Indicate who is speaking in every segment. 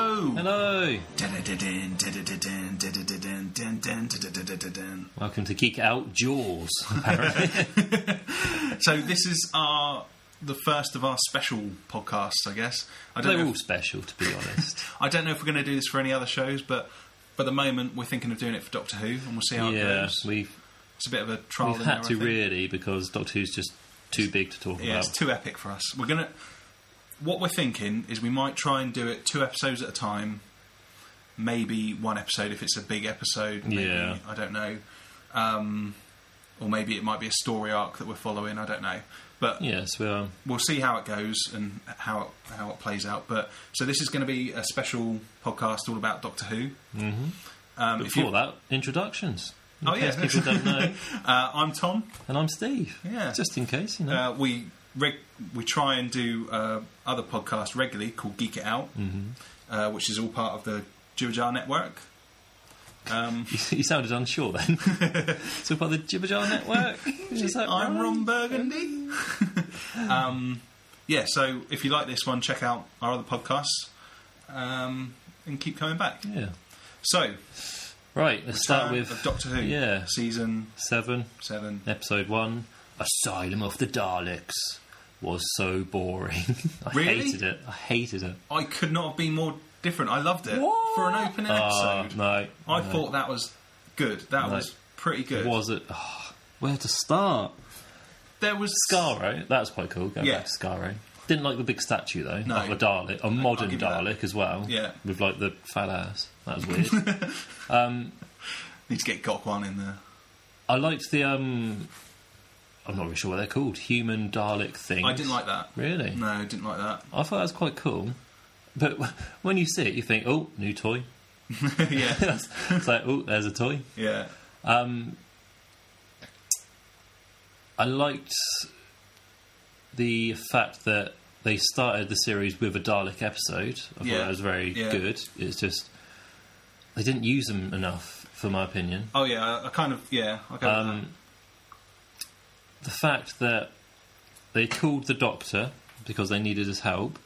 Speaker 1: Hello.
Speaker 2: So
Speaker 1: Welcome to Geek Out Jaws. Apparently,
Speaker 2: this is our the first of our special podcasts, I guess. I don't
Speaker 1: they're
Speaker 2: know.
Speaker 1: all
Speaker 2: If,
Speaker 1: special, to be honest.
Speaker 2: I don't know if we're going to do this for any other shows, but for the moment, we're thinking of doing it for Doctor Who, and we'll see how it
Speaker 1: yeah,
Speaker 2: goes.
Speaker 1: we've
Speaker 2: it's a bit of a trial.
Speaker 1: we've
Speaker 2: and error,
Speaker 1: had
Speaker 2: I
Speaker 1: to
Speaker 2: think.
Speaker 1: really because Doctor Who's just too big to talk
Speaker 2: Yeah,
Speaker 1: about.
Speaker 2: it's too epic for us. We're gonna. What we're thinking is we might try and do it two episodes at a time, maybe one episode if it's a big episode. Maybe,
Speaker 1: Yeah.
Speaker 2: I don't know, um, or maybe it might be a story arc that we're following. I don't know, but
Speaker 1: yes, we are.
Speaker 2: we'll see how it goes and how it, how it plays out. But so this is going to be a special podcast all about Doctor Who. Mm-hmm. Um, if
Speaker 1: Before
Speaker 2: you,
Speaker 1: that, introductions. In
Speaker 2: Oh, yeah.
Speaker 1: case people don't know.
Speaker 2: uh, I'm Tom.
Speaker 1: And I'm Steve.
Speaker 2: Yeah.
Speaker 1: Just in case, you know.
Speaker 2: Uh, we reg- we try and do uh, other podcasts regularly called Geek It Out,
Speaker 1: Mm-hmm.
Speaker 2: uh, which is all part of the Jubajar Network. Um,
Speaker 1: you sounded unsure then. so by the Jibber Jar Network. Is that
Speaker 2: I'm
Speaker 1: right?
Speaker 2: Ron Burgundy. um, yeah, so if you like this one, check out our other podcasts um, and keep coming back.
Speaker 1: Yeah.
Speaker 2: So,
Speaker 1: Right, let's start
Speaker 2: Return
Speaker 1: with
Speaker 2: of Doctor Who,
Speaker 1: Yeah.
Speaker 2: season
Speaker 1: Seven,
Speaker 2: seven.
Speaker 1: episode one. Asylum of the Daleks was so boring. I
Speaker 2: Really?
Speaker 1: hated it. I hated it.
Speaker 2: I could not have been more different. I loved it
Speaker 1: What?
Speaker 2: for an opening
Speaker 1: Ah,
Speaker 2: episode.
Speaker 1: no.
Speaker 2: I
Speaker 1: no.
Speaker 2: thought that was good. That
Speaker 1: No.
Speaker 2: was pretty good.
Speaker 1: Was it. ah, where to start?
Speaker 2: There was
Speaker 1: Scaro. That was quite cool. Going
Speaker 2: Yeah.
Speaker 1: back to Scaro. Didn't like the big statue though.
Speaker 2: No.
Speaker 1: Of a Dalek, a modern
Speaker 2: give you that.
Speaker 1: Dalek as well.
Speaker 2: Yeah.
Speaker 1: With like the fat ass. That was weird.
Speaker 2: Need to get Gokwan in there.
Speaker 1: I liked the um. I'm not really sure what they're called. Human Dalek thing.
Speaker 2: I didn't like that.
Speaker 1: Really?
Speaker 2: No, I didn't like that.
Speaker 1: I thought that was quite cool. But w- when you see it, you think, oh, new toy.
Speaker 2: yeah,
Speaker 1: That's- it's like, oh, there's a toy.
Speaker 2: yeah.
Speaker 1: Um, I liked the fact that they started the series with a Dalek episode. I thought
Speaker 2: Yeah.
Speaker 1: that was very
Speaker 2: Yeah.
Speaker 1: good. It's just they didn't use them enough, for my opinion.
Speaker 2: Oh yeah, I, I kind of yeah. I go with
Speaker 1: Um, the fact that they called the doctor because they needed his help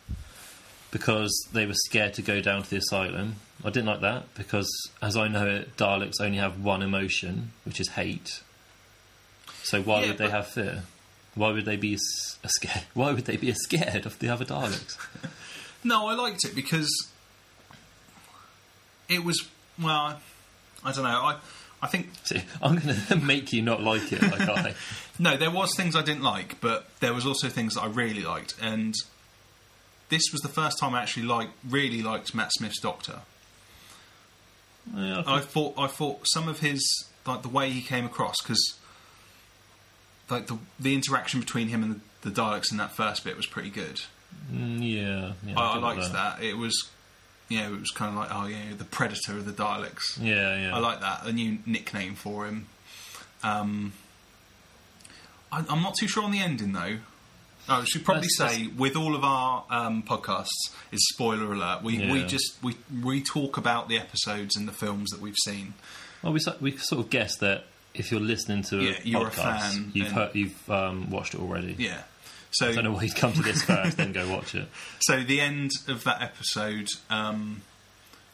Speaker 1: because they were scared to go down to the asylum. I didn't like that because, as I know it, Daleks only have one emotion, which is hate. So why
Speaker 2: Yeah,
Speaker 1: would they
Speaker 2: but-
Speaker 1: have fear? Why would they be s- scared? Why would they be scared of the other Daleks?
Speaker 2: that. No, I liked it because it was well. I don't know. I I think
Speaker 1: See, I'm going to make you not like it, like I.
Speaker 2: no, there was things I didn't like, but there was also things that I really liked, and this was the first time I actually like really liked Matt Smith's Doctor.
Speaker 1: Yeah, I
Speaker 2: I thought I thought some of his like the way he came across because like the the interaction between him and the, the Daleks in that first bit was pretty good.
Speaker 1: mm, yeah, yeah,
Speaker 2: Oh, I, I
Speaker 1: did like
Speaker 2: liked that. It was you know it was kind of like oh yeah the predator of the Daleks.
Speaker 1: Yeah, yeah.
Speaker 2: I like that a new nickname for him. Um, I, I'm not too sure on the ending though. I should probably
Speaker 1: That's-
Speaker 2: say with all of our um, podcasts is spoiler alert. We we
Speaker 1: Yeah.
Speaker 2: just we we talk about the episodes and the films that we've seen.
Speaker 1: Well, we so- we sort of guessed that if you're listening to a
Speaker 2: Yeah, you're a
Speaker 1: podcast,
Speaker 2: fan,
Speaker 1: you've
Speaker 2: then-
Speaker 1: heard, you've um, watched it already.
Speaker 2: Yeah. So
Speaker 1: I don't know why you'd come to this first, then go watch it.
Speaker 2: so the end of that episode, um,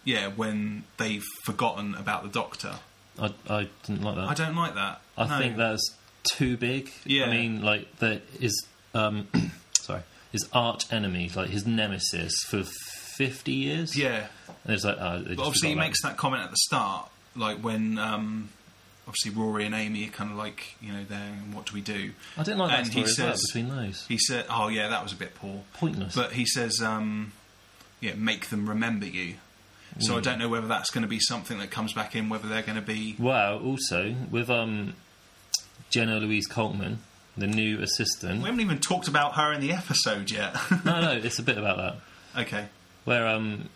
Speaker 2: yeah, when they've forgotten about the Doctor.
Speaker 1: I, I didn't like
Speaker 2: I
Speaker 1: that.
Speaker 2: don't like that.
Speaker 1: I,
Speaker 2: No.
Speaker 1: think that's too big.
Speaker 2: Yeah.
Speaker 1: I mean, like that is um, sorry, his arch enemy, like his nemesis for fifty years.
Speaker 2: Yeah,
Speaker 1: and it's like oh, they just
Speaker 2: but obviously he
Speaker 1: forgot
Speaker 2: makes that comment at the start, like when um, obviously Rory and Amy are kind of like you know there and what do we do?
Speaker 1: about it. I didn't like that
Speaker 2: and he
Speaker 1: story as well
Speaker 2: says-
Speaker 1: between those.
Speaker 2: He said, "Oh yeah, that was a bit poor."
Speaker 1: Pointless.
Speaker 2: But he says, um, "Yeah, make them remember you." So
Speaker 1: Mm.
Speaker 2: I don't know whether that's going to be something that comes back in, whether they're going to be
Speaker 1: Wow. Also with um, Jenna Louise Coltman, the new assistant.
Speaker 2: We haven't even talked about her in the episode yet.
Speaker 1: no, no, it's a bit about that.
Speaker 2: okay.
Speaker 1: where um,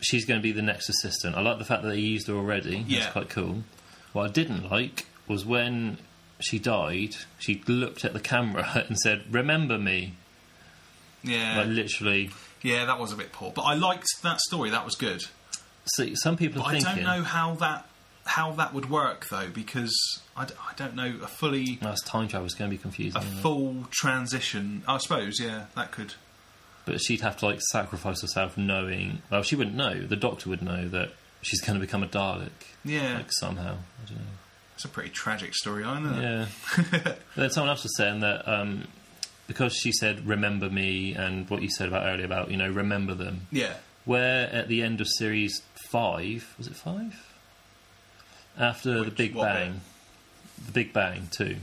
Speaker 1: she's going to be the next assistant. I like the fact that they used her already.
Speaker 2: Yeah.
Speaker 1: That's quite cool. What I didn't like was when she died, she looked at the camera and said, Remember me.
Speaker 2: Yeah.
Speaker 1: Like, literally.
Speaker 2: yeah, that was a bit poor. But I liked that story. That was good.
Speaker 1: See, some people
Speaker 2: But
Speaker 1: are
Speaker 2: I don't
Speaker 1: thinking.
Speaker 2: know how that how that would work though because I, d- I don't know a fully
Speaker 1: "Oh, Mm. That's time travel is going to be confusing.
Speaker 2: a
Speaker 1: isn't it?
Speaker 2: full transition. I suppose yeah, that could
Speaker 1: but she'd have to like sacrifice herself, knowing. Well, she wouldn't know. The doctor would know that she's going to become a Dalek,
Speaker 2: Yeah,
Speaker 1: like somehow. I don't know.
Speaker 2: it's a pretty tragic storyline, isn't
Speaker 1: Yeah. But then someone else was saying that um, because she said "remember me" and what you said about earlier about you know remember them.
Speaker 2: it? Yeah.
Speaker 1: Where at the end of series five was it five? After the
Speaker 2: Which-
Speaker 1: Big
Speaker 2: what bit?
Speaker 1: Bang, the Big Bang two.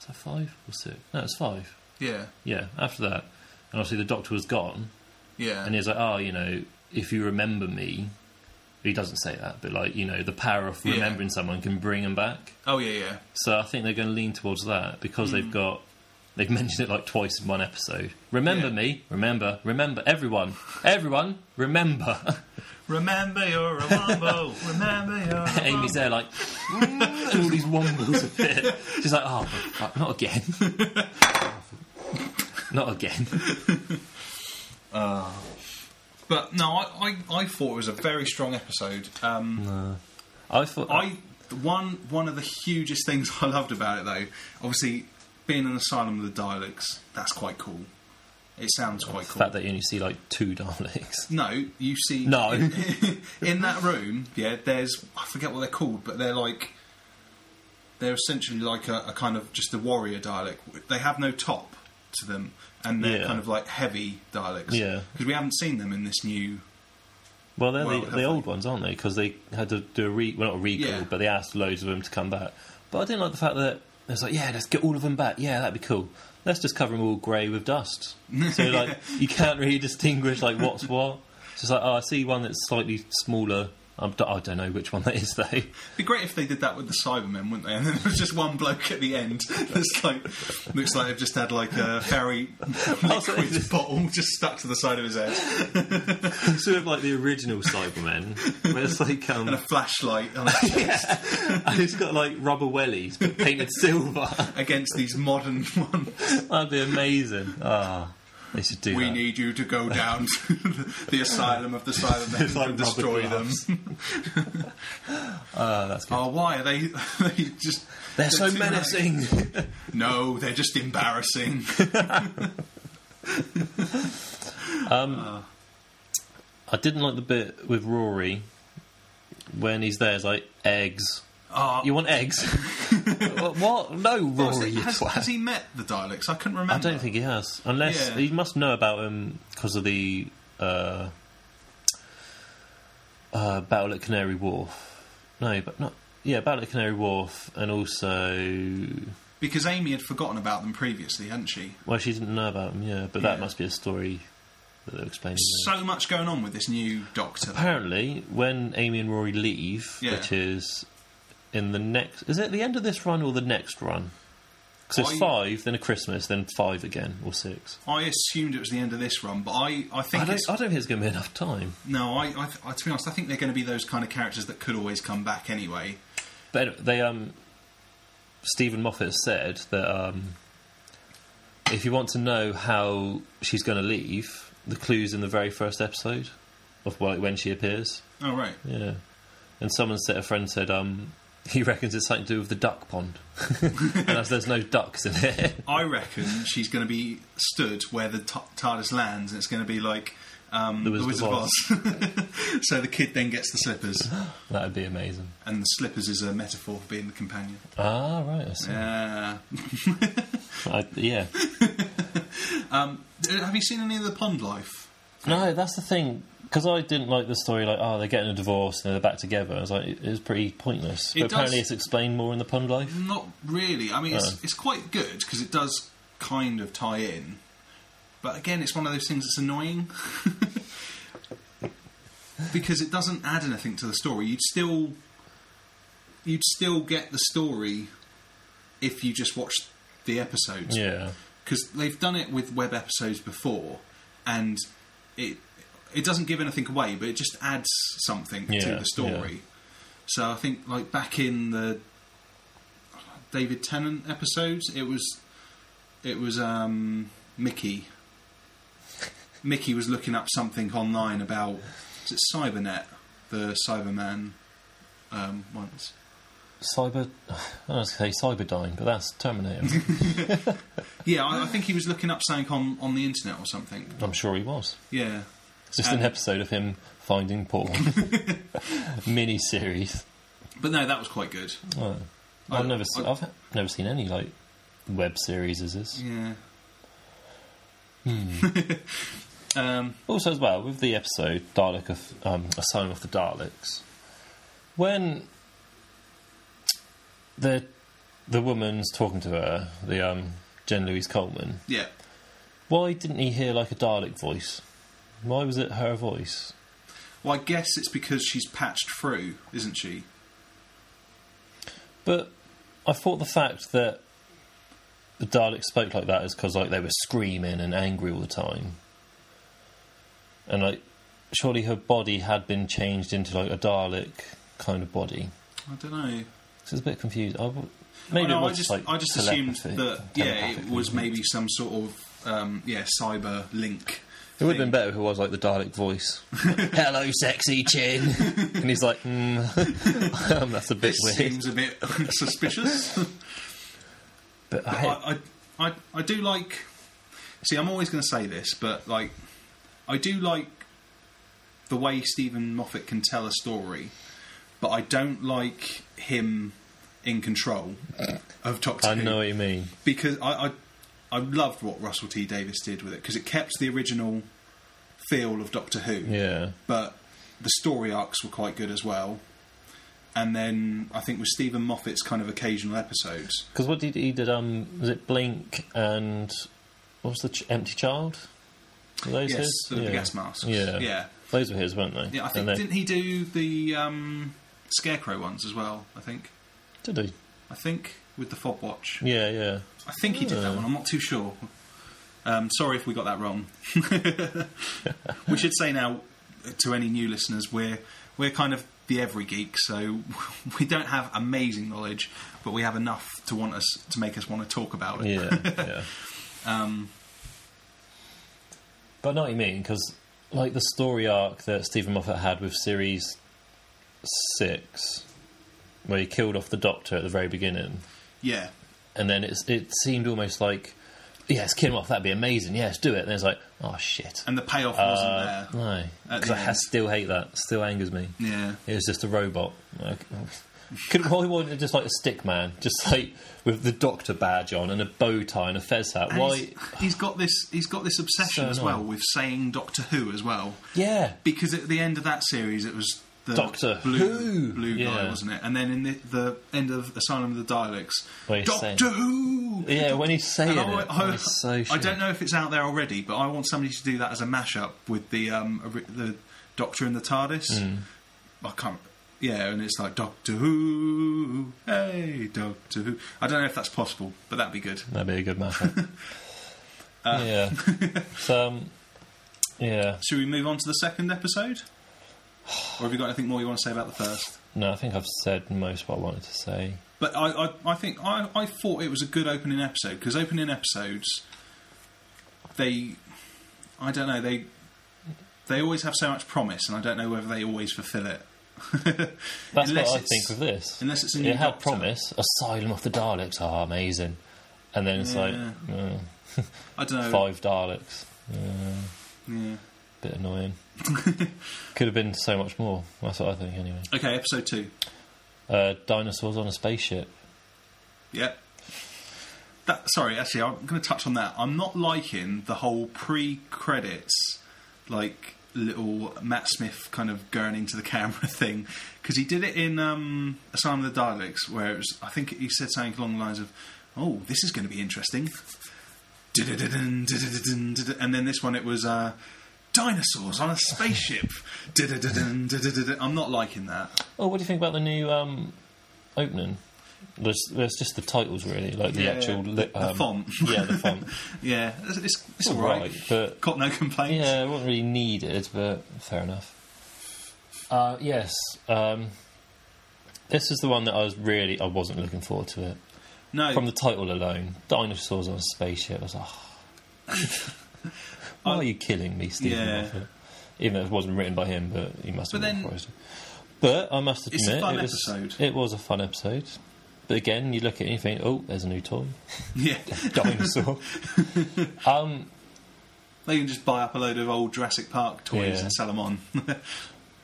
Speaker 1: Is that five or six? No, it's five.
Speaker 2: Yeah,
Speaker 1: Yeah, after that, and obviously the Doctor was gone,
Speaker 2: yeah,
Speaker 1: and he was like, "Oh, you know, if you remember me." He doesn't say that, but like you know, the power of
Speaker 2: Yeah.
Speaker 1: remembering someone can bring him back.
Speaker 2: oh yeah, yeah,
Speaker 1: So I think they're going to lean towards that because they've
Speaker 2: Hmm.
Speaker 1: got they've mentioned it like twice in one episode. Remember
Speaker 2: Yeah.
Speaker 1: me, remember, remember everyone, everyone, remember.
Speaker 2: Remember your wombo. Remember your
Speaker 1: Amy's there like "Mm," and all these wombos appear. She's like, oh, for fuck, not again, not again.
Speaker 2: But no, I, I, I thought it was a very strong episode. Um,
Speaker 1: I thought
Speaker 2: I one one of the hugest things I loved about it though, obviously being an asylum of the Daleks, that's quite cool. It sounds quite
Speaker 1: the
Speaker 2: cool.
Speaker 1: fact that you only see like two Daleks.
Speaker 2: No, you see,
Speaker 1: No.
Speaker 2: in that room, yeah, there's I forget what they're called, but they're like they're essentially like a, a kind of just a warrior Dalek. They have no top to them, and they're
Speaker 1: Yeah.
Speaker 2: kind of like heavy Daleks.
Speaker 1: Yeah.
Speaker 2: because we haven't seen them in this new
Speaker 1: Well, they're
Speaker 2: Well,
Speaker 1: the,
Speaker 2: hopefully.
Speaker 1: the old ones, aren't they? Because they had to do a re well, not a recall,
Speaker 2: Yeah.
Speaker 1: but they asked loads of them to come back. But I didn't like the fact that it was like, yeah, let's get all of them back. Yeah, that'd be cool. Let's just cover them all grey with dust. So like, you can't really distinguish like what's what. It's just like, oh, I see one that's slightly smaller. I'm, I don't know which one that is though.
Speaker 2: It'd be great if they did that with the Cybermen, wouldn't they? And then there's just one bloke at the end that's like looks like they've just had like a fairy liquid bottle just stuck to the side of his head
Speaker 1: sort of like the original Cybermen, where it's like um,
Speaker 2: and a flashlight on it
Speaker 1: and it's got like rubber wellies but painted silver.
Speaker 2: against these modern ones.
Speaker 1: That'd be amazing. Ah, they should do
Speaker 2: We
Speaker 1: that.
Speaker 2: need you to go down to the, the asylum of the
Speaker 1: It's
Speaker 2: Cybermen
Speaker 1: like
Speaker 2: and destroy
Speaker 1: rubber
Speaker 2: them.
Speaker 1: gloves. Ah, that's good.
Speaker 2: Oh, why are they? They just
Speaker 1: They're so
Speaker 2: too
Speaker 1: menacing.
Speaker 2: nice. No, they're just embarrassing.
Speaker 1: I didn't like the bit with Rory when he's there. It's like eggs.
Speaker 2: Oh,
Speaker 1: You want eggs? what? what? No, Rory. you
Speaker 2: has,
Speaker 1: twat.
Speaker 2: has he met the Daleks? I couldn't remember.
Speaker 1: I don't think he has, unless
Speaker 2: Yeah.
Speaker 1: he must know about him because of the uh, uh, battle at Canary Wharf. No, but not. Yeah, battle at Canary Wharf, and also
Speaker 2: because Amy had forgotten about them previously, hadn't she?
Speaker 1: well, she didn't know about him. Yeah, but that
Speaker 2: Yeah.
Speaker 1: must be a story that they're explaining. later.
Speaker 2: so much going on with this new Doctor.
Speaker 1: apparently when Amy and Rory leave,
Speaker 2: Yeah.
Speaker 1: which is in the next, is it the end of this run or the next run? Because
Speaker 2: I-
Speaker 1: it's five, then a Christmas, then five again or six.
Speaker 2: I assumed it was the end of this run, but I, I
Speaker 1: I
Speaker 2: think
Speaker 1: don't,
Speaker 2: it's
Speaker 1: I don't think it's going to be enough time.
Speaker 2: no. I, I, I to be honest, I think they're going to be those kind of characters that could always come back anyway.
Speaker 1: But anyway, they um, Stephen Moffat said that um, if you want to know how she's going to leave, the clues in the very first episode of like, when she appears.
Speaker 2: Oh right,
Speaker 1: Yeah. And someone said, a friend said, um, he reckons it's something to do with the duck pond. and as there's no ducks in it.
Speaker 2: I reckon she's going to be stood where the t- TARDIS lands, and it's going to be like um,
Speaker 1: The
Speaker 2: the
Speaker 1: Wizard
Speaker 2: Wizard,
Speaker 1: of
Speaker 2: of Oz. so the kid then gets the slippers,
Speaker 1: that would be amazing.
Speaker 2: and the slippers is a metaphor for being the companion.
Speaker 1: Ah, right. I see.
Speaker 2: Uh,
Speaker 1: I, yeah.
Speaker 2: have you seen any of the pond life?
Speaker 1: No, that's the thing. Because I didn't like the story, like, oh, they're getting a divorce and they're back together. I was like, it it was pretty pointless.
Speaker 2: It
Speaker 1: but apparently
Speaker 2: does-
Speaker 1: it's explained more in the pond life.
Speaker 2: Not really. I mean, it's,
Speaker 1: Oh.
Speaker 2: it's quite good because it does kind of tie in. But again, it's one of those things that's annoying because it doesn't add anything to the story. You'd still, you'd still get the story if you just watched the episodes
Speaker 1: Yeah.
Speaker 2: because they've done it with web episodes before, and it it doesn't give anything away, but it just adds something
Speaker 1: Yeah,
Speaker 2: to the story. So I think like back in the David Tennant episodes, it was it was um, Mickey. Mickey was looking up something online about is it Cybernet, the Cyberman um, once.
Speaker 1: Cyber. I was going to say Cyberdyne, but that's Terminator.
Speaker 2: Yeah, I, I think he was looking up something on, on the internet or something.
Speaker 1: I'm sure he was.
Speaker 2: Yeah.
Speaker 1: It's just an
Speaker 2: And-
Speaker 1: episode of him finding porn. Mini series.
Speaker 2: But no, that was quite good.
Speaker 1: Oh.
Speaker 2: I-
Speaker 1: I've never seen,
Speaker 2: I-
Speaker 1: I've never seen any like web series as this.
Speaker 2: Yeah.
Speaker 1: Hmm.
Speaker 2: um,
Speaker 1: Also, as well with the episode Dalek of um, Asylum of the Daleks, when the the woman's talking to her, the um, Jen Louise Coleman,
Speaker 2: yeah.
Speaker 1: why didn't he hear like a Dalek voice? Why was it her voice?
Speaker 2: Well, I guess it's because she's patched through, isn't she?
Speaker 1: But I thought the fact that the Daleks spoke like that is because like they were screaming and angry all the time, and like surely her body had been changed into like a Dalek kind of body.
Speaker 2: I don't know.
Speaker 1: So it's a bit confused. I w-
Speaker 2: I,
Speaker 1: maybe it
Speaker 2: know, I
Speaker 1: was
Speaker 2: just
Speaker 1: like
Speaker 2: I just assumed
Speaker 1: telepathy-
Speaker 2: that yeah, it
Speaker 1: telepathic
Speaker 2: was
Speaker 1: thing.
Speaker 2: maybe some sort of um, yeah cyber link.
Speaker 1: It would have been better if it was like the Dalek voice. Hello, sexy chin, and he's like, mm, um, "That's a bit
Speaker 2: This
Speaker 1: weird."
Speaker 2: seems a bit suspicious.
Speaker 1: But I,
Speaker 2: I, I, I, I do like. See, I'm always going to say this, but like, I do like the way Stephen Moffat can tell a story, but I don't like him in control of Doctor
Speaker 1: I
Speaker 2: Who
Speaker 1: know what you mean.
Speaker 2: because I, I I loved what Russell T Davis did with it because it kept the original feel of Doctor Who,
Speaker 1: Yeah,
Speaker 2: but the story arcs were quite good as well. And then I think with Stephen Moffat's kind of occasional episodes,
Speaker 1: because what did he did? Um, was it Blink and what was the ch- Empty Child? Were those
Speaker 2: yes,
Speaker 1: his?
Speaker 2: the,
Speaker 1: yeah.
Speaker 2: the gas masks,
Speaker 1: Yeah.
Speaker 2: yeah.
Speaker 1: those were his, weren't they?
Speaker 2: Yeah, I
Speaker 1: And
Speaker 2: think
Speaker 1: then-
Speaker 2: didn't he do the um, scarecrow ones as well? I think.
Speaker 1: did he?
Speaker 2: I think with the fob watch.
Speaker 1: Yeah, yeah.
Speaker 2: I think he did that one. I'm not too sure. Um, sorry if we got that wrong. we should say now to any new listeners we're we're kind of the every geek, so we don't have amazing knowledge, but we have enough to want us to make us want to talk about it.
Speaker 1: Yeah, yeah.
Speaker 2: Um,
Speaker 1: But I know what you mean because, like, the story arc that Stephen Moffat had with series six, where he killed off the Doctor at the very beginning,
Speaker 2: yeah.
Speaker 1: and then it's it seemed almost like, yes, kill him off. That'd be amazing. Yes, do it. And it's like, oh shit.
Speaker 2: And the payoff
Speaker 1: Uh,
Speaker 2: wasn't there.
Speaker 1: no,
Speaker 2: At
Speaker 1: 'Cause
Speaker 2: the
Speaker 1: I ha-
Speaker 2: end.
Speaker 1: still hate that. Still angers me.
Speaker 2: Yeah.
Speaker 1: It was just a robot. Like, Could why wasn't it just like a stick man, just like with the doctor badge on and a bow tie and a fez hat?
Speaker 2: And
Speaker 1: Why?
Speaker 2: he's- he's got this he's got this obsession
Speaker 1: So
Speaker 2: as well
Speaker 1: annoying.
Speaker 2: with saying Doctor Who as well.
Speaker 1: Yeah,
Speaker 2: Because at the end of that series it was the
Speaker 1: Doctor
Speaker 2: blue
Speaker 1: Who.
Speaker 2: blue guy,
Speaker 1: Yeah.
Speaker 2: wasn't it? And then in the, the end of Asylum of the Daleks
Speaker 1: Well, he's
Speaker 2: Doctor
Speaker 1: saying-
Speaker 2: Who
Speaker 1: yeah. When he's saying
Speaker 2: And
Speaker 1: it,
Speaker 2: I,
Speaker 1: I,
Speaker 2: I,
Speaker 1: was so
Speaker 2: I
Speaker 1: shit.
Speaker 2: don't know if it's out there already, but I want somebody to do that as a mashup with the um, ori- the Doctor and the TARDIS.
Speaker 1: Mm.
Speaker 2: I can't. Yeah, and it's like Doctor Who, hey Doctor Who. I don't know if that's possible, but that'd be good.
Speaker 1: That'd be a good matchup.
Speaker 2: Uh.
Speaker 1: yeah. so, um, yeah.
Speaker 2: Should we move on to the second episode? Or have you got anything more you want to say about the first?
Speaker 1: No, I think I've said most what I wanted to say.
Speaker 2: But I, I, I think I, I thought it was a good opening episode because opening episodes, they, I don't know, they, they always have so much promise, and I don't know whether they always fulfil it. Unless
Speaker 1: That's what I
Speaker 2: it's-
Speaker 1: think of this.
Speaker 2: unless it's a new
Speaker 1: it had
Speaker 2: Doctor.
Speaker 1: promise. Asylum of the Daleks are amazing, and then it's like
Speaker 2: Yeah. I don't
Speaker 1: uh,
Speaker 2: know.
Speaker 1: five Daleks. Uh,
Speaker 2: Yeah.
Speaker 1: Bit annoying. Could have been so much more. That's what I think, anyway.
Speaker 2: Okay, episode two.
Speaker 1: Uh, dinosaurs on a spaceship.
Speaker 2: Yep. That, sorry, actually, I'm going to touch on that. I'm not liking the whole pre-credits, like little Matt Smith kind of going into the camera thing, because he did it in um, Asylum of the Daleks, where it was. I think he said something along the lines of, "Oh, this is going to be interesting." Du-du-du-dun, du-du-du-dun, du-du- And then this one, it was uh, dinosaurs on a spaceship. Du-du-du-dun, du-du-du-dun. I'm not liking that.
Speaker 1: Oh, what do you think about the new um, opening? There's, there's just the titles, really, like the
Speaker 2: Yeah,
Speaker 1: actual
Speaker 2: the-
Speaker 1: li-
Speaker 2: the
Speaker 1: um,
Speaker 2: font.
Speaker 1: yeah, the font.
Speaker 2: Yeah, it's, it's, it's all
Speaker 1: Right,
Speaker 2: right.
Speaker 1: but
Speaker 2: Got no complaints.
Speaker 1: yeah, it wasn't really needed, but fair enough. Uh, yes, um, this is the one that I was really I wasn't looking forward to it
Speaker 2: No,
Speaker 1: from the title alone. Dinosaurs on a spaceship. I was like, "Ah." why are you killing me, Stephen
Speaker 2: Yeah.
Speaker 1: Moffat? Even though it wasn't written by him, but he must have
Speaker 2: But
Speaker 1: been
Speaker 2: then-
Speaker 1: authorised it. But I must admit,
Speaker 2: It's a fun
Speaker 1: it, was,
Speaker 2: episode.
Speaker 1: it was a fun episode. But again, you look at it and you think, oh, there's a new toy.
Speaker 2: Yeah,
Speaker 1: Dinosaur. um,
Speaker 2: they can just buy up a load of old Jurassic Park toys
Speaker 1: Yeah.
Speaker 2: and sell them on.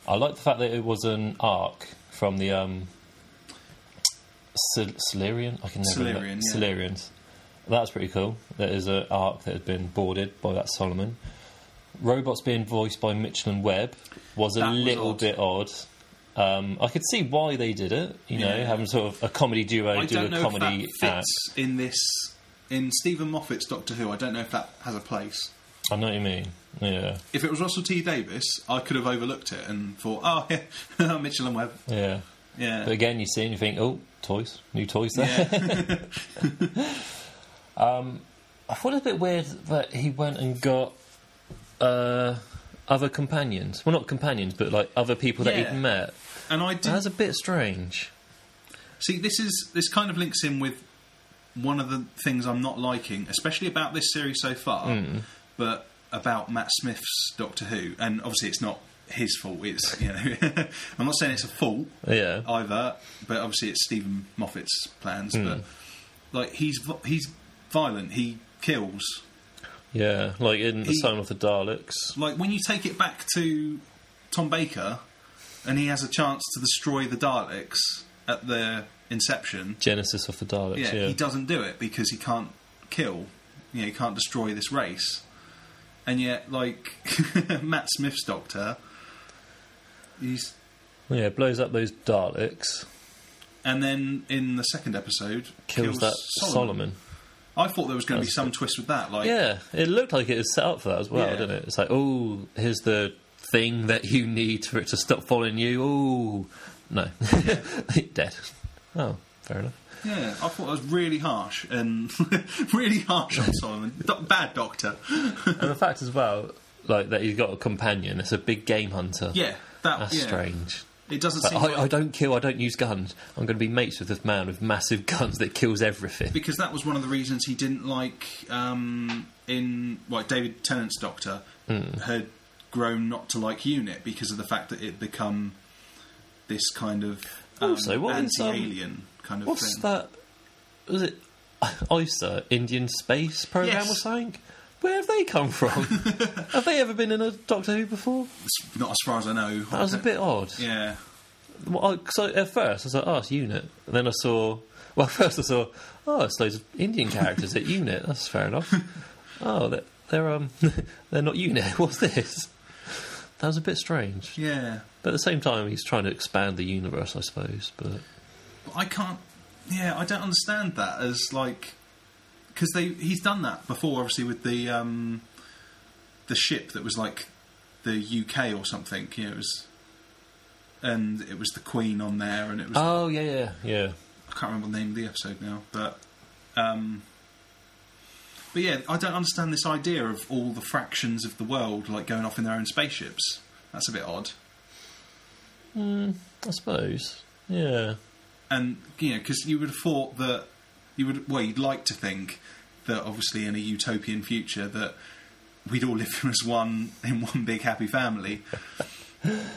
Speaker 1: I like the fact that it was an arc from the um, Sil- Silurian. I can never remember-
Speaker 2: Silurian, yeah.
Speaker 1: Silurians. That's pretty cool. That is an arc that had been boarded by that Solomon. Robots being voiced by Mitchell and Webb was a
Speaker 2: That was
Speaker 1: little
Speaker 2: odd.
Speaker 1: bit odd. Um, I could see why they did it. You know,
Speaker 2: Yeah.
Speaker 1: having sort of a comedy duo
Speaker 2: I
Speaker 1: do
Speaker 2: don't
Speaker 1: a
Speaker 2: know if
Speaker 1: comedy
Speaker 2: that fits in this in Stephen Moffat's Doctor Who. I don't know if that has a place.
Speaker 1: act. I know what you mean. Yeah,
Speaker 2: If it was Russell T Davis, I could have overlooked it and thought, oh, yeah, Mitchell and Webb.
Speaker 1: yeah.
Speaker 2: Yeah,
Speaker 1: But again, you see and you think, oh, toys, new toys there.
Speaker 2: yeah.
Speaker 1: I thought it was a bit weird that he went and got uh, other companions. Well, not companions, but like other people that
Speaker 2: Yeah.
Speaker 1: he'd met.
Speaker 2: and I did
Speaker 1: That's a bit strange.
Speaker 2: See, this is this kind of links in with one of the things I'm not liking, especially about this series so far, but about Matt Smith's Doctor Who. And obviously, it's not his fault. It's you know, I'm not saying it's a fault
Speaker 1: Yeah.
Speaker 2: either, but obviously it's Stephen Moffat's plans. But like he's vi- he's violent. He kills.
Speaker 1: Yeah, like in The
Speaker 2: He-
Speaker 1: Sign of the Daleks.
Speaker 2: Like when you take it back to Tom Baker, and he has a chance to destroy the Daleks at their inception.
Speaker 1: Genesis of the Daleks,
Speaker 2: yeah,
Speaker 1: yeah.
Speaker 2: he doesn't do it because he can't kill, you know, he can't destroy this race. And yet, like Matt Smith's Doctor, he's
Speaker 1: yeah, blows up those Daleks,
Speaker 2: and then in the second episode
Speaker 1: kills, that Solomon.
Speaker 2: I thought there was going to be
Speaker 1: That's
Speaker 2: some twist with that. Like,
Speaker 1: Yeah, it looked like it was set up for that as well,
Speaker 2: Yeah.
Speaker 1: didn't it? It's like, oh, here's the thing that you need for it to stop following you. Oh, no. Dead. Oh, fair enough.
Speaker 2: yeah, I thought that was really harsh and really harsh on Solomon. Do- bad Doctor.
Speaker 1: And the fact as well, like that he's got a companion. It's a big game hunter.
Speaker 2: yeah, that
Speaker 1: that's
Speaker 2: yeah.
Speaker 1: strange.
Speaker 2: It doesn't
Speaker 1: Like,
Speaker 2: seem like-
Speaker 1: I, I don't kill. I don't use guns. I'm going to be mates with this man with massive guns that kills everything.
Speaker 2: because that was one of the reasons he didn't like um, in like David Tennant's Doctor
Speaker 1: Hmm.
Speaker 2: had grown not to like Unit because of the fact that it become this kind of um,
Speaker 1: Also, what was, um,
Speaker 2: anti-alien kind of
Speaker 1: What's
Speaker 2: thing.
Speaker 1: that? Was it ISA Indian Space Program
Speaker 2: Yes.
Speaker 1: or something? Where have they come from? have they ever been in a Doctor Who before?
Speaker 2: It's not as far as I know.
Speaker 1: That was a bit odd.
Speaker 2: Yeah,
Speaker 1: Well, I- so at first I was like, "Oh, it's Unit." And then I saw, well, first I saw, "Oh, it's loads of Indian characters at Unit." That's fair enough. oh, they're, they're um, they're not Unit. What's this? That was a bit strange.
Speaker 2: yeah.
Speaker 1: But at the same time, he's trying to expand the universe, I suppose. But
Speaker 2: But I can't. Yeah, I don't understand that as like because they he's done that before, obviously with the um, the ship that was like the UK or something. You know, it was. And it was the Queen on there, and it was
Speaker 1: oh yeah, yeah, yeah.
Speaker 2: I can't remember the name of the episode now, but um, but yeah, I don't understand this idea of all the fractions of the world like going off in their own spaceships. That's a bit odd.
Speaker 1: I suppose. Yeah,
Speaker 2: And you know, because you would have thought that you would well, you'd like to think that obviously in a utopian future that we'd all live as one in one big happy family.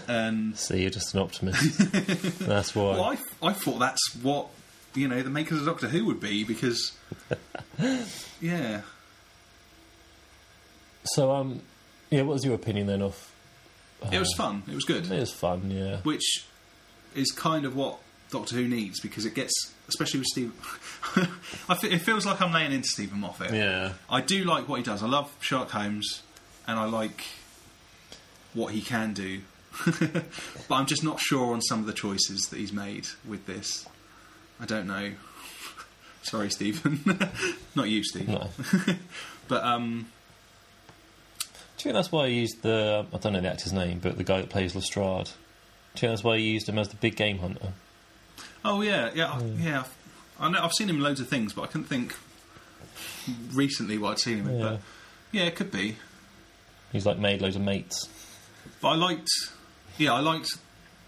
Speaker 2: and
Speaker 1: see, you're just an optimist. That's why.
Speaker 2: well, I, I thought that's what you know the makers of Doctor Who would be because yeah.
Speaker 1: So um, yeah. What was your opinion then of?
Speaker 2: It was fun. It was good.
Speaker 1: It was fun. Yeah.
Speaker 2: which is kind of what Doctor Who needs because it gets, especially with Steve. I fe- it feels like I'm laying into Stephen Moffat.
Speaker 1: Yeah.
Speaker 2: I do like what he does. I love Sherlock Holmes, and I like what he can do. but I'm just not sure on some of the choices that he's made with this. I don't know. Sorry, Stephen. not you, Steve.
Speaker 1: No.
Speaker 2: But um,
Speaker 1: Do you think that's why he used the I don't know the actor's name, but the guy that plays Lestrade? Do you think that's why he used him as the big game hunter?
Speaker 2: oh yeah, yeah, I- yeah. I know I've seen him in loads of things, but I couldn't think recently what I'd seen him in.
Speaker 1: Yeah.
Speaker 2: But yeah, it could be.
Speaker 1: He's like made loads of mates.
Speaker 2: But I liked, yeah, I liked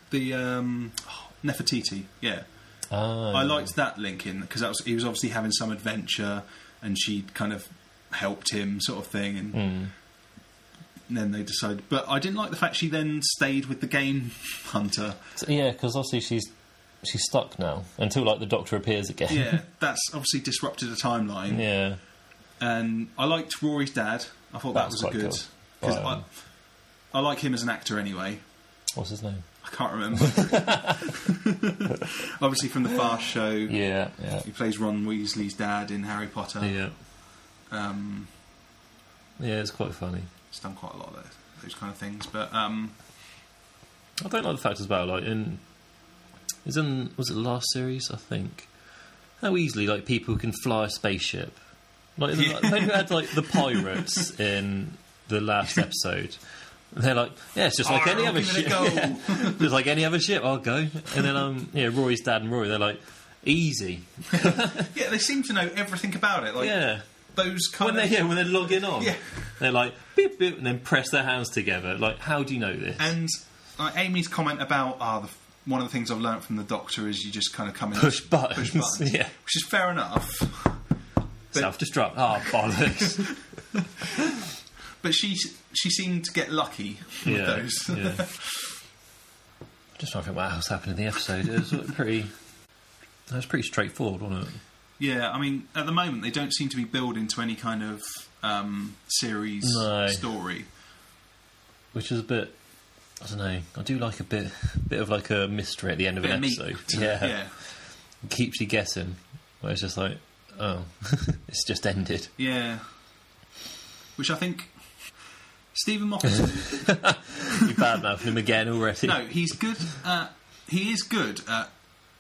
Speaker 2: the um, Nefertiti. Yeah,
Speaker 1: Ah,
Speaker 2: I liked that link in because was, he was obviously having some
Speaker 1: Hmm.
Speaker 2: adventure, and she kind of helped him, sort of thing, and And then they decided. But I didn't like the fact she then stayed with the game hunter.
Speaker 1: So, yeah, because obviously she's she's stuck now until like the Doctor appears again.
Speaker 2: Yeah, that's obviously disrupted a timeline.
Speaker 1: yeah.
Speaker 2: And I liked Rory's dad. I thought that
Speaker 1: That's
Speaker 2: was a
Speaker 1: quite
Speaker 2: good.
Speaker 1: cool.
Speaker 2: 'cause
Speaker 1: But, um,
Speaker 2: I, I like him as an actor anyway.
Speaker 1: What's his name?
Speaker 2: I can't remember. obviously from the Fast Show.
Speaker 1: Yeah, yeah,
Speaker 2: He plays Ron Weasley's dad in Harry Potter.
Speaker 1: yeah.
Speaker 2: Um,
Speaker 1: Yeah, it's quite funny.
Speaker 2: he's done quite a lot of those, those kind of things. But um,
Speaker 1: I don't like the fact as well. Like in, is in was it the last series? I think how easily like people can fly a spaceship. Like, yeah. like they had like the pirates in the last episode. They're like, yeah, it's just like
Speaker 2: "Arr,
Speaker 1: any other
Speaker 2: give it a
Speaker 1: ship.
Speaker 2: go."
Speaker 1: Yeah. just like any other ship, I'll go. And then um, yeah, Rory's dad and Rory, they're like, easy.
Speaker 2: yeah, they seem to know everything about it. Like
Speaker 1: Yeah.
Speaker 2: those kind
Speaker 1: When they
Speaker 2: of.
Speaker 1: yeah, when they're logging on,
Speaker 2: Yeah.
Speaker 1: they're like beep beep, and then press their hands together. Like, how do you know this?
Speaker 2: And like Amy's comment about ah, the, one of the things I've learnt from the Doctor is you just kind of come in
Speaker 1: Push buttons.
Speaker 2: push buttons,
Speaker 1: Yeah.
Speaker 2: which is fair enough.
Speaker 1: Self destruct. Ah, bollocks.
Speaker 2: But she she seemed to get lucky with those.
Speaker 1: yeah. Just trying to think what else happened in the episode. It was pretty. That was pretty straightforward, wasn't it?
Speaker 2: Yeah, I mean, at the moment they don't seem to be building to any kind of um, series
Speaker 1: No.
Speaker 2: story.
Speaker 1: Which was a bit. I don't know. I do like a bit, bit of like a mystery at the end of
Speaker 2: Bit
Speaker 1: an
Speaker 2: of meat
Speaker 1: episode.
Speaker 2: to-
Speaker 1: yeah.
Speaker 2: yeah,
Speaker 1: It keeps you guessing. Where it's just like, oh, it's just ended.
Speaker 2: yeah. Which I think Stephen Moffat
Speaker 1: You badmouthing him again already.
Speaker 2: No, he's good. At, he is good at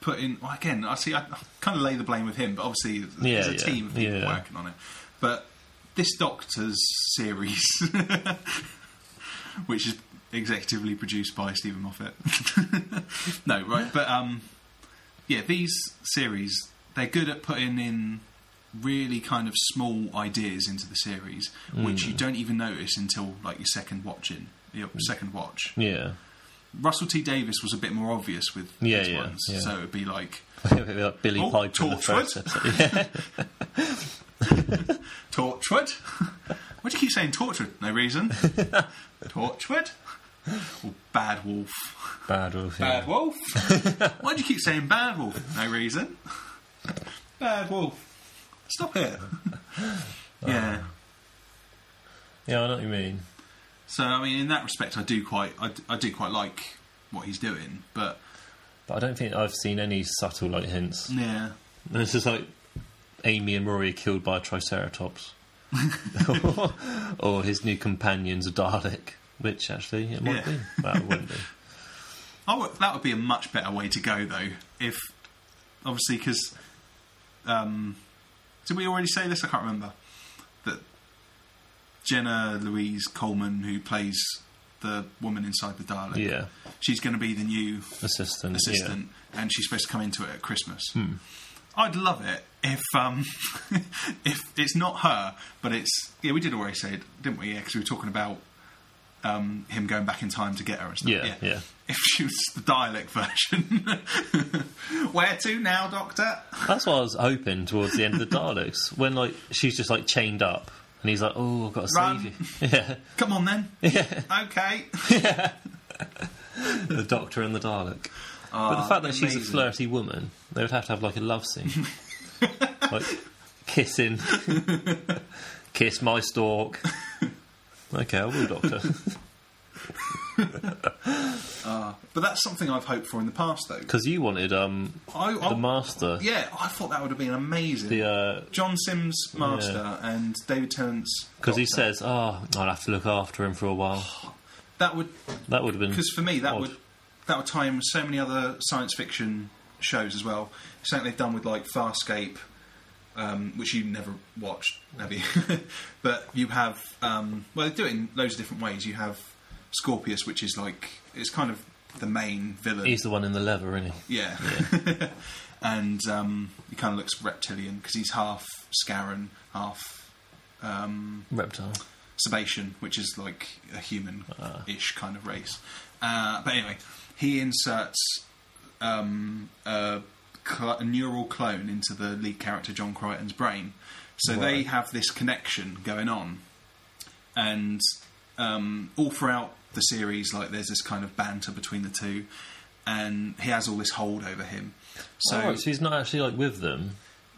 Speaker 2: putting. Well, again, I see. I, kind of lay the blame with him, but obviously there's
Speaker 1: Yeah,
Speaker 2: a
Speaker 1: yeah,
Speaker 2: team of people
Speaker 1: yeah.
Speaker 2: working on it. But this Doctor's series, which is executively produced by Stephen Moffat. no, right, but um, yeah, these series they're good at putting in really kind of small ideas into the series, which
Speaker 1: Mm.
Speaker 2: you don't even notice until like your second watching, your second watch.
Speaker 1: Yeah.
Speaker 2: Russell T Davis was a bit more obvious with
Speaker 1: Yeah,
Speaker 2: these
Speaker 1: yeah,
Speaker 2: ones,
Speaker 1: yeah.
Speaker 2: so it'd be like
Speaker 1: Maybe like Billy
Speaker 2: Oh,
Speaker 1: Piper in the first episode. Yeah.
Speaker 2: Torchwood. Why do you keep saying Torchwood? No reason. Torchwood. Or Bad Wolf.
Speaker 1: Bad wolf. Yeah.
Speaker 2: Bad Wolf. Why do you keep saying Bad Wolf? No reason. Bad Wolf. Stop it. yeah.
Speaker 1: yeah, I know what you mean.
Speaker 2: So I mean, in that respect, I do quite, I, d- I do quite like what he's doing, but
Speaker 1: But I don't think I've seen any subtle like hints.
Speaker 2: yeah.
Speaker 1: And it's just like Amy and Rory are killed by a Triceratops. or his new companion's a Dalek, which actually it might
Speaker 2: Yeah.
Speaker 1: be. Well, it wouldn't be.
Speaker 2: I would, that would be a much better way to go, though. If obviously, because um, did we already say this? I can't remember that Jenna Louise Coleman, who plays the woman inside the Dalek,
Speaker 1: Yeah.
Speaker 2: she's going to be the new
Speaker 1: Assistant. yeah. Hmm.
Speaker 2: assistant, and she's supposed to come into it at Christmas. I'd love it if um, if it's not her, but it's yeah. We did already say it, didn't we? Yeah, because we were talking about um, him going back in time to get her and stuff.
Speaker 1: Yeah, yeah.
Speaker 2: If she was the Dalek version, where to now, Doctor?
Speaker 1: That's what I was hoping towards the end of the Daleks. When like she's just like chained up and he's like, Oh, I've got to
Speaker 2: Run.
Speaker 1: save you. Yeah.
Speaker 2: Come on then. Okay.
Speaker 1: The Doctor and the Dalek. but the fact that she's a
Speaker 2: Ah, amazing.
Speaker 1: flirty woman, they would have to have like a love scene. like kissing. Kiss my stalk. Okay, I will, Doctor.
Speaker 2: But that's something I've hoped for in the past, though.
Speaker 1: Because you wanted um
Speaker 2: I, I,
Speaker 1: the master,
Speaker 2: Oh. yeah, I thought that would have been amazing.
Speaker 1: the uh 'cause
Speaker 2: John Sims Master and David Tennant's
Speaker 1: because he
Speaker 2: Doctor.
Speaker 1: says, "Oh, I'll have to look after him for a while."
Speaker 2: that would
Speaker 1: That would have been
Speaker 2: because for me that
Speaker 1: odd.
Speaker 2: would that would tie in with so many other science fiction shows as well. Something they've done with like Farscape, um, which you never watched, have you? but you have um, well, they do it in loads of different ways. You have Scorpius, which is like it's kind of the main villain,
Speaker 1: He's the one in the leather, isn't he?
Speaker 2: yeah, and um, he kind of looks reptilian because he's half Scarran, half
Speaker 1: Reptile.
Speaker 2: Sebation, which is like a human ish kind of race. Uh, but anyway, he inserts um, a, cl- a neural clone into the lead character John Crichton's brain. So they
Speaker 1: Right.
Speaker 2: have this connection going on. And um, all throughout the series, like there's this kind of banter between the two, and he has all this hold over him. So
Speaker 1: Alright, so he's not actually like with them.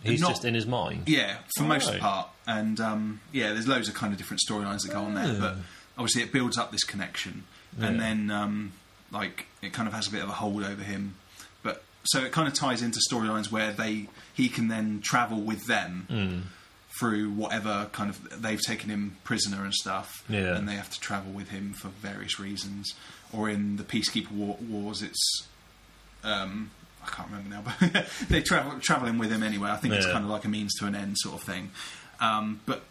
Speaker 1: He's
Speaker 2: Not-
Speaker 1: just in his mind.
Speaker 2: yeah, for most of the
Speaker 1: Right.
Speaker 2: part, and um, yeah, there's loads of kind of different storylines that go on there, but obviously it builds up this connection, and
Speaker 1: Yeah.
Speaker 2: then um, like it kind of has a bit of a hold over him, but so it kind of ties into storylines where they he can then travel with them
Speaker 1: Mm.
Speaker 2: through whatever kind of they've taken him prisoner and stuff,
Speaker 1: Yeah.
Speaker 2: and they have to travel with him for various reasons, or in the peacekeeper war- wars, it's. Um, I can't remember now, but they travel traveling with him anyway. I think it's
Speaker 1: Yeah.
Speaker 2: kind of like a means to an end sort of thing. Um, but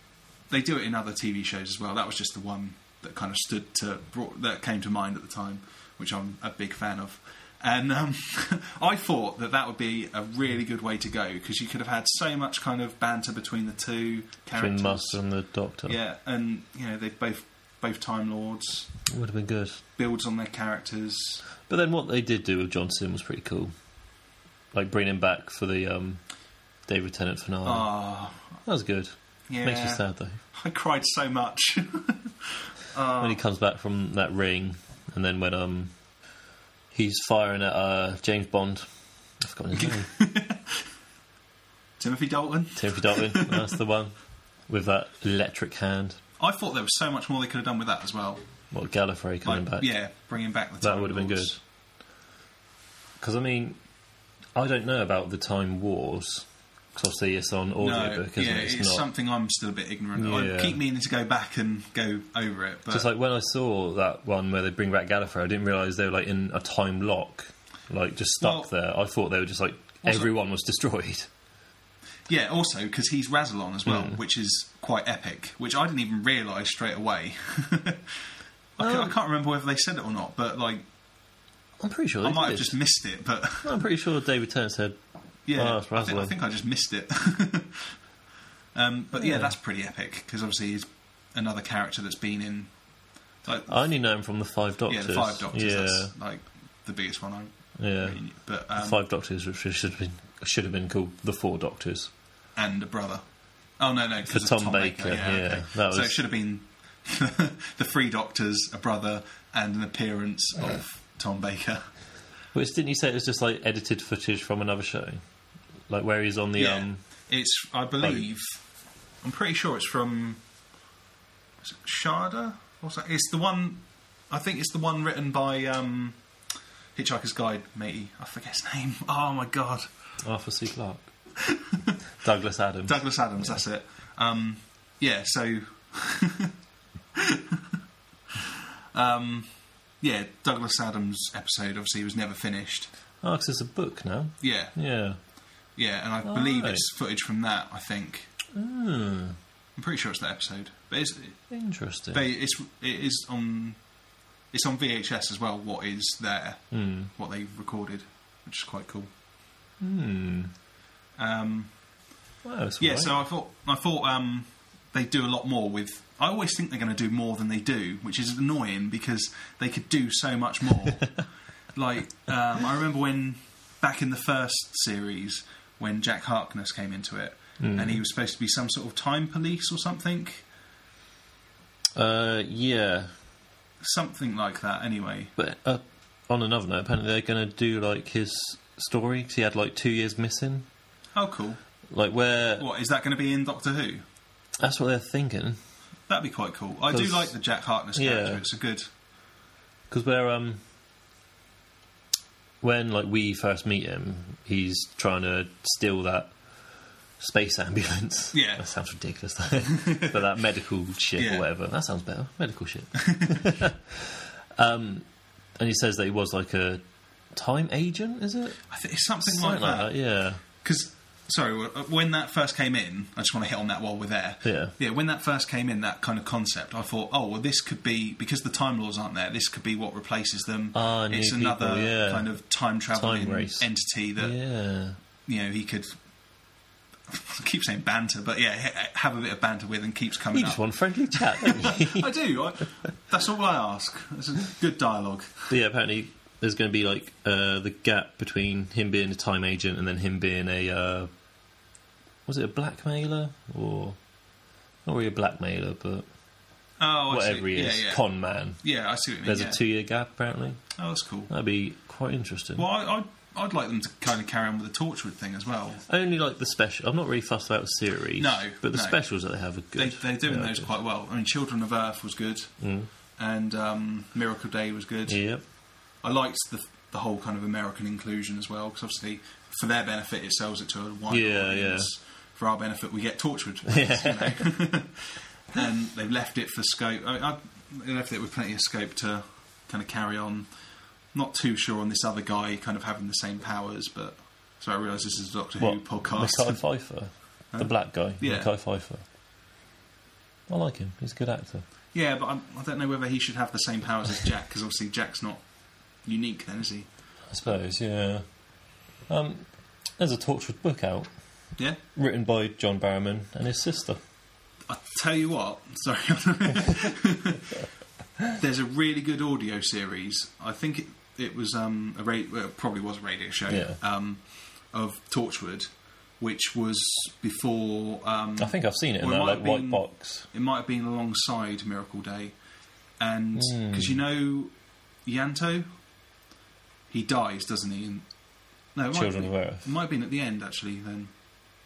Speaker 2: they do it in other TV shows as well. That was just the one that kind of stood to brought, that came to mind at the time, which I'm a big fan of. And um, I thought that that would be a really good way to go because you could have had so much kind of banter between the two
Speaker 1: Between
Speaker 2: characters.
Speaker 1: Master and the Doctor.
Speaker 2: Yeah, and you know they've both both Time Lords
Speaker 1: It would have been good.
Speaker 2: builds on their characters.
Speaker 1: But then what they did do with Johnson was pretty cool. Like bringing him back for the um, David Tennant finale.
Speaker 2: Ah,
Speaker 1: That was good.
Speaker 2: yeah.
Speaker 1: Oh. Makes you sad though.
Speaker 2: I cried so much.
Speaker 1: when he comes back from that ring, and then when um he's firing at uh, James Bond, I've forgotten his name,
Speaker 2: Timothy Dalton.
Speaker 1: Timothy Dalton. That's the one with that electric hand.
Speaker 2: I thought there was so much more they could have done with that as well.
Speaker 1: What Gallifrey coming
Speaker 2: Like,
Speaker 1: back?
Speaker 2: Yeah, bringing back the.
Speaker 1: that
Speaker 2: Time
Speaker 1: would have been good.
Speaker 2: Lords.
Speaker 1: Because I mean, I don't know about the Time Wars. 'cause obviously it's on
Speaker 2: No,
Speaker 1: audiobook, isn't
Speaker 2: yeah,
Speaker 1: it?
Speaker 2: it's, something I'm still a bit ignorant. of. I
Speaker 1: Yeah.
Speaker 2: keep meaning to go back and go over it, but
Speaker 1: Just like when I saw that one where they bring back Gallifrey, I didn't realise they were like in a time lock, like just stuck
Speaker 2: Well-
Speaker 1: there. I thought they were just like
Speaker 2: Also-
Speaker 1: everyone was destroyed.
Speaker 2: yeah, also because he's Razalon as well,
Speaker 1: Hmm.
Speaker 2: which is quite epic. Which I didn't even realise straight away. I, ca-
Speaker 1: Oh.
Speaker 2: I can't remember whether they said it or not, but like
Speaker 1: I'm pretty sure they
Speaker 2: I might have
Speaker 1: did.
Speaker 2: just missed it. But
Speaker 1: I'm pretty sure David Tennant said
Speaker 2: yeah,
Speaker 1: Oh, that's
Speaker 2: I, think, I
Speaker 1: Razalon.
Speaker 2: think I just missed it. um, but yeah, that's pretty epic because obviously he's another character that's been in like
Speaker 1: I only know him from the Five
Speaker 2: yeah
Speaker 1: Doctors.
Speaker 2: the Five Doctors.
Speaker 1: Yeah,
Speaker 2: That's like the biggest one. I
Speaker 1: yeah.
Speaker 2: really knew. but
Speaker 1: The
Speaker 2: um,
Speaker 1: Five Doctors which should have been should have been called the Four Doctors.
Speaker 2: and a brother. Oh no, no, because
Speaker 1: For Tom Baker, yeah, that
Speaker 2: So
Speaker 1: was-
Speaker 2: it should have been the three doctors, a brother, and an appearance of Tom Baker.
Speaker 1: Which didn't you say it was just like edited footage from another show, like where he's on the
Speaker 2: Yeah,
Speaker 1: um.
Speaker 2: it's I believe I'm pretty sure it's from is it Sharda. What's that? It's the one. I think it's the one written by um, Hitchhiker's Guide, matey. I forget his name. Oh my god,
Speaker 1: Arthur C. Clarke, Douglas Adams.
Speaker 2: Douglas Adams. That's it. Um, yeah. So. um, yeah, Douglas Adams episode obviously was never finished.
Speaker 1: Oh, 'cause there's a book now.
Speaker 2: Yeah,
Speaker 1: Yeah,
Speaker 2: yeah, and I believe
Speaker 1: Right.
Speaker 2: it's footage from that. I think I'm pretty sure it's that episode, but it's
Speaker 1: Hmm. interesting.
Speaker 2: They, it's it is on it's on VHS as well. What is there?
Speaker 1: Hmm.
Speaker 2: Mm. What they recorded, which is quite cool. Um,
Speaker 1: wow, Hmm. that's
Speaker 2: yeah,
Speaker 1: all right.
Speaker 2: so I thought I thought um, they do a lot more with. I always think they're going to do more than they do, which is annoying because they could do so much more. like um, I remember when back in the first series when Jack Harkness came into it, and he was supposed to be some sort of time police or something.
Speaker 1: uh, yeah,
Speaker 2: Something like that, anyway.
Speaker 1: but uh, on another note, apparently they're going to do like his story 'cause he had like two years missing.
Speaker 2: Oh, cool.
Speaker 1: Like where?
Speaker 2: What is that going to be in Doctor Who?
Speaker 1: That's what they're thinking.
Speaker 2: That'd be quite cool. I do
Speaker 1: 'Cause-
Speaker 2: like the Jack Harkness character.
Speaker 1: Yeah.
Speaker 2: It's a good.
Speaker 1: Because where um, when like we first meet him, he's trying to steal that space ambulance.
Speaker 2: Yeah.
Speaker 1: that sounds ridiculous. doesn't it? but that medical ship
Speaker 2: Yeah.
Speaker 1: or whatever that sounds better. Medical ship. um, and he says that he was like a time agent. Is it
Speaker 2: I think it's something,
Speaker 1: Something
Speaker 2: like that.
Speaker 1: Yeah,
Speaker 2: Because sorry, uh, when that first came in, I just want to hit on that while we're there.
Speaker 1: Yeah.
Speaker 2: Yeah. When that first came in, that kind of concept, I thought, oh well, this could be because the time laws aren't there. This could be what replaces them.
Speaker 1: Ah, new
Speaker 2: it's
Speaker 1: people,
Speaker 2: another
Speaker 1: yeah.
Speaker 2: kind of time traveling
Speaker 1: Time race.
Speaker 2: entity that
Speaker 1: yeah.
Speaker 2: you know he could. I keep saying banter, but yeah, ha- have a bit of banter with and keeps coming
Speaker 1: You just
Speaker 2: up.
Speaker 1: want friendly chat. don't you?
Speaker 2: I do. I, that's all I ask. It's a good dialogue.
Speaker 1: But yeah, apparently there's going to be like uh, the gap between him being a time agent and then him being a uh, was it a blackmailer or not really a blackmailer, but
Speaker 2: Oh, I
Speaker 1: whatever
Speaker 2: see.
Speaker 1: he is,
Speaker 2: Yeah, yeah.
Speaker 1: con man.
Speaker 2: yeah, I see what you mean.
Speaker 1: There's
Speaker 2: yeah.
Speaker 1: a two-year gap apparently.
Speaker 2: Oh, that's cool.
Speaker 1: That'd be quite interesting.
Speaker 2: Well, I, I'd, I'd like them to kind of carry on with the Torchwood thing as well.
Speaker 1: Only like the special. I'm not really fussed about the series.
Speaker 2: No,
Speaker 1: but the
Speaker 2: no.
Speaker 1: specials that they have are
Speaker 2: They,
Speaker 1: good.
Speaker 2: they're doing
Speaker 1: Yeah,
Speaker 2: those
Speaker 1: good. Mm.
Speaker 2: quite well. I mean, Children of Earth was good, and um, Miracle Day was good.
Speaker 1: Yep.
Speaker 2: I liked the the whole kind of American inclusion as well, because obviously for their benefit it sells it to a wider
Speaker 1: Yeah,
Speaker 2: audience. For our benefit, we get Torchwood, you know. and they've left it for scope. I, mean, I they left it with plenty of scope to kind of carry on. Not too sure on this other guy kind of having the same powers, but so I realise this is a Doctor Who
Speaker 1: What?
Speaker 2: podcast.
Speaker 1: Mackay Pfeiffer, the black guy.
Speaker 2: Yeah.
Speaker 1: Mackay Pfeiffer. I like him. He's a good actor.
Speaker 2: Yeah, but I'm, I don't know whether he should have the same powers as Jack because obviously Jack's not unique, then is he?
Speaker 1: I suppose. Yeah. Um, there's a Torchwood book out
Speaker 2: Yeah.
Speaker 1: written by John Barrowman and his sister.
Speaker 2: I tell you what, sorry. There's a really good audio series. I think it, it was um, a radio, well, it probably was a radio show
Speaker 1: Yeah.
Speaker 2: um, of Torchwood, which was before. Um,
Speaker 1: I think I've seen it in
Speaker 2: Well, it
Speaker 1: that
Speaker 2: might
Speaker 1: like
Speaker 2: have
Speaker 1: white
Speaker 2: been-
Speaker 1: box.
Speaker 2: it might have been alongside Miracle Day, and
Speaker 1: Hmm.
Speaker 2: because you know Yanto, he dies, doesn't he? And, no, it might
Speaker 1: Children
Speaker 2: be-
Speaker 1: of Earth.
Speaker 2: It might have been at the end actually. Then,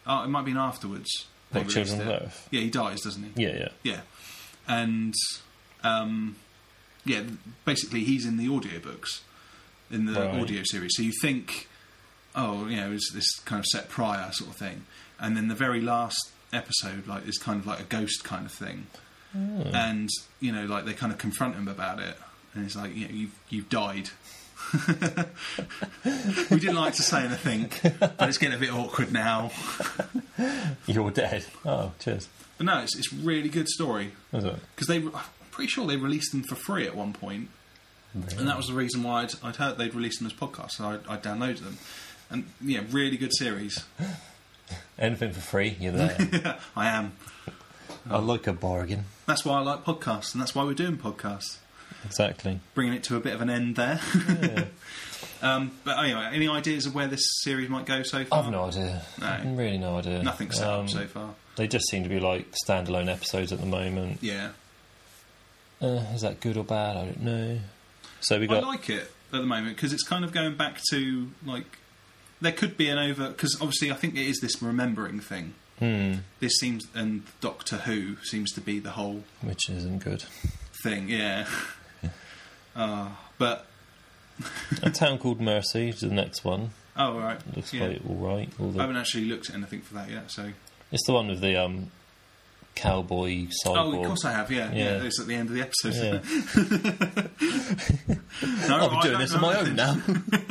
Speaker 2: oh, it might have been afterwards. they
Speaker 1: Like
Speaker 2: released
Speaker 1: Children of
Speaker 2: it.
Speaker 1: Earth?
Speaker 2: Yeah, he dies, doesn't he?
Speaker 1: Yeah, yeah.
Speaker 2: Yeah. And um, yeah, basically he's in the audiobooks in the
Speaker 1: Right.
Speaker 2: audio series. So you think oh, you know, is this kind of set prior sort of thing. And then the very last episode like is kind of like a ghost kind of thing. And you know, like they kind of confront him about it and it's like, you know, you've you've died. we didn't like to say anything, but it's getting a bit awkward now.
Speaker 1: You're dead. Oh, cheers.
Speaker 2: But no, it's it's really good story.
Speaker 1: Is it?
Speaker 2: because they I'm pretty sure they released them for free at one point, and that was the reason why I'd, I'd heard they'd released them as podcasts, so I, I downloaded them. And yeah, really good series.
Speaker 1: Anything for free, you're there.
Speaker 2: I am.
Speaker 1: I like a bargain.
Speaker 2: That's why I like podcasts, and that's why we're doing podcasts.
Speaker 1: Exactly.
Speaker 2: Bringing it to a bit of an end there. um, but anyway, any ideas of where this series might go so far?
Speaker 1: I've no idea.
Speaker 2: No.
Speaker 1: Really no idea.
Speaker 2: Nothing set
Speaker 1: Um,
Speaker 2: up so far.
Speaker 1: They just seem to be like standalone episodes at the moment.
Speaker 2: Yeah,
Speaker 1: Uh, is that good or bad? I don't know. So we
Speaker 2: I
Speaker 1: got
Speaker 2: like it at the moment because it's kind of going back to like there could be an over because obviously I think it is this remembering thing.
Speaker 1: hmm,
Speaker 2: this seems and Doctor Who seems to be the whole
Speaker 1: which isn't good.
Speaker 2: thing, yeah. uh, but
Speaker 1: a town called Mercy is the next one.
Speaker 2: oh, all right,
Speaker 1: Looks
Speaker 2: yeah.
Speaker 1: quite all right. All
Speaker 2: I
Speaker 1: the,
Speaker 2: haven't actually looked at anything for that yet. So
Speaker 1: it's the one with the um, cowboy
Speaker 2: oh,
Speaker 1: cyborg.
Speaker 2: of course I have. Yeah, yeah.
Speaker 1: Yeah.
Speaker 2: It's at the end of the episode.
Speaker 1: yeah.
Speaker 2: No,
Speaker 1: I'll be
Speaker 2: I
Speaker 1: doing
Speaker 2: don't
Speaker 1: this
Speaker 2: know
Speaker 1: on my
Speaker 2: anything.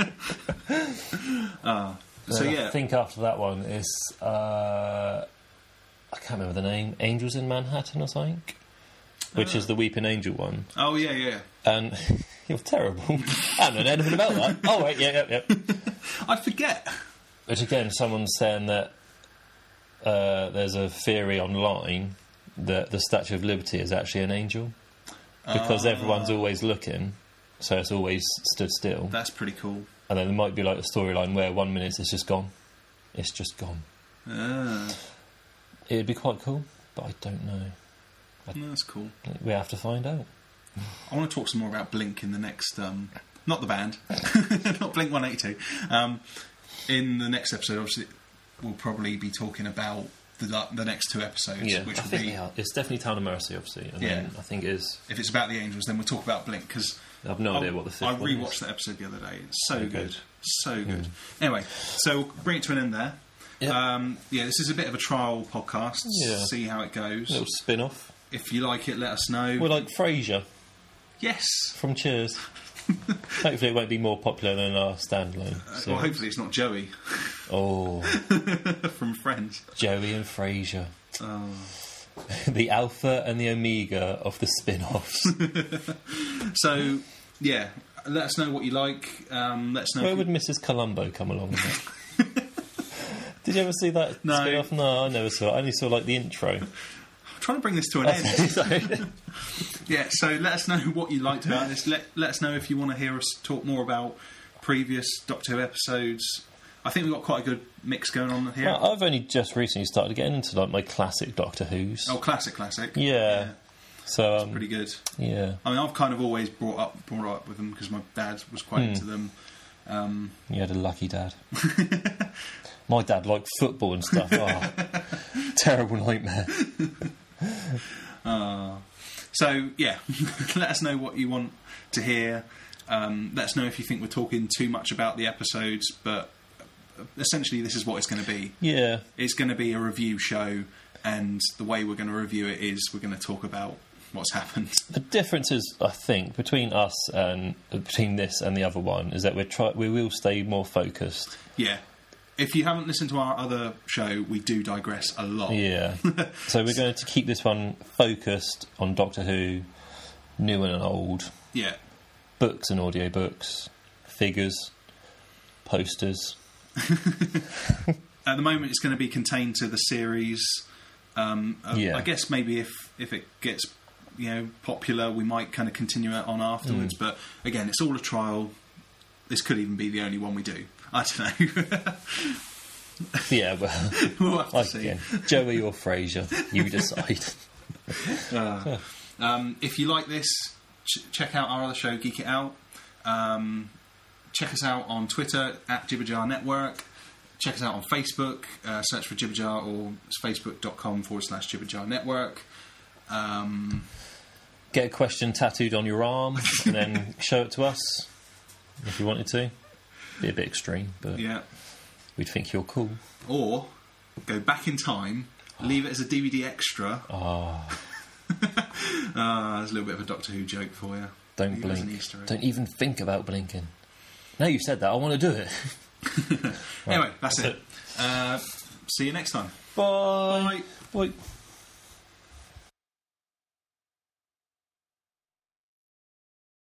Speaker 1: own now.
Speaker 2: So
Speaker 1: Then
Speaker 2: yeah,
Speaker 1: I think after that one is uh, I can't remember the name. Angels in Manhattan, I think, which is the
Speaker 2: Uh.
Speaker 1: Weeping Angel one.
Speaker 2: oh yeah, yeah.
Speaker 1: And you're terrible. I don't know anything about that. Oh wait, yeah, yeah, yeah.
Speaker 2: I forget.
Speaker 1: Which again, someone's saying that uh, there's a theory online that the Statue of Liberty is actually an angel because
Speaker 2: Ah.
Speaker 1: everyone's always looking. So it's always stood still,
Speaker 2: That's pretty cool.
Speaker 1: and then there might be like a storyline where one minute it's just gone, it's just gone.
Speaker 2: Ah,
Speaker 1: It'd be quite cool, but I don't know.
Speaker 2: no, that's cool.
Speaker 1: We have to find out.
Speaker 2: I want to talk some more about Blink in the next, um, not the band, not Blink 182. Um, in the next episode, obviously, we'll probably be talking about the, the next two episodes, which
Speaker 1: I
Speaker 2: will
Speaker 1: think
Speaker 2: be.
Speaker 1: they are. It's definitely Town of Mercy, obviously. And
Speaker 2: Yeah.
Speaker 1: then I think it is.
Speaker 2: If it's about the angels, then we'll talk about Blink because
Speaker 1: I've no idea what the fifth
Speaker 2: I
Speaker 1: one is.
Speaker 2: rewatched that episode the other day. It's so
Speaker 1: Very
Speaker 2: good.
Speaker 1: good.
Speaker 2: so good. Anyway, so we'll bring it to an end there.
Speaker 1: Yeah.
Speaker 2: Um, yeah, this is a bit of a trial podcast.
Speaker 1: Yeah.
Speaker 2: See how it goes.
Speaker 1: little spin-off.
Speaker 2: If you like it, let us know.
Speaker 1: We're like Frasier
Speaker 2: yes.
Speaker 1: from Cheers. Hopefully, it won't be more popular than our standalone. So.
Speaker 2: Uh, Well, hopefully it's not Joey
Speaker 1: Oh,
Speaker 2: from Friends.
Speaker 1: Joey and Frasier.
Speaker 2: Oh.
Speaker 1: the alpha and the omega of the spin-offs.
Speaker 2: So, yeah, let us know what you like. Um, let us know.
Speaker 1: Where
Speaker 2: if
Speaker 1: would
Speaker 2: you-
Speaker 1: Mrs. Columbo come along with it? Did you ever see that
Speaker 2: No.
Speaker 1: spin-off? No, I never saw it. I only saw like the intro.
Speaker 2: I'm trying to bring this to an end.
Speaker 1: So-
Speaker 2: yeah, so let us know what you liked about this. Let, let us know if you want to hear us talk more about previous Doctor Who episodes. I think we've got quite a good mix going on here.
Speaker 1: Well, I've only just recently started getting into like my classic Doctor Who's.
Speaker 2: oh, classic, classic.
Speaker 1: yeah. So um,
Speaker 2: Pretty good.
Speaker 1: yeah,
Speaker 2: I mean, I've kind of always brought up brought up with them because my dad was quite
Speaker 1: Hmm.
Speaker 2: into them. Um,
Speaker 1: you had a lucky dad. My dad liked football and stuff. Oh, terrible nightmare.
Speaker 2: uh, so yeah, let us know what you want to hear. Um, let us know if you think we're talking too much about the episodes, but uh, essentially, this is what it's going to be.
Speaker 1: Yeah,
Speaker 2: It's going to be a review show, and the way we're going to review it is we're going to talk about what's happened.
Speaker 1: the difference is, I think, between us and between this and the other one is that we're try- we will stay more focused.
Speaker 2: Yeah. If you haven't listened to our other show, we do digress a lot.
Speaker 1: Yeah. so we're going to keep this one focused on Doctor Who, new and old,
Speaker 2: Yeah.
Speaker 1: books and audiobooks, figures, posters.
Speaker 2: At the moment, it's going to be contained to the series. Um, uh,
Speaker 1: Yeah.
Speaker 2: I guess maybe if if it gets you know popular, we might kind of continue it on afterwards.
Speaker 1: Mm.
Speaker 2: But again, it's all a trial. This could even be the only one we do. I don't know.
Speaker 1: Yeah, well,
Speaker 2: we'll have to
Speaker 1: like
Speaker 2: see.
Speaker 1: again, Joey or Frasier, you decide.
Speaker 2: Um, if you like this, ch- check out our other show, Geek It Out. Um, check us out on Twitter at Jibberjar Network. Check us out on Facebook. Uh, search for Jibberjar or it's facebook.com forward slash Jibberjar Network. Um,
Speaker 1: Get a question tattooed on your arm and then show it to us if you wanted to. Be a bit extreme, but
Speaker 2: yeah.
Speaker 1: we'd think you're cool.
Speaker 2: Or go back in time, leave it as a DVD extra.
Speaker 1: Oh,
Speaker 2: Uh, there's a little bit of a Doctor Who joke for you.
Speaker 1: don't
Speaker 2: Leave it as an
Speaker 1: blink.
Speaker 2: Easter egg.
Speaker 1: Don't even think about blinking. Now you've said that, I want to do it.
Speaker 2: Anyway, that's, it. Uh, see you next time.
Speaker 1: Bye. Bye.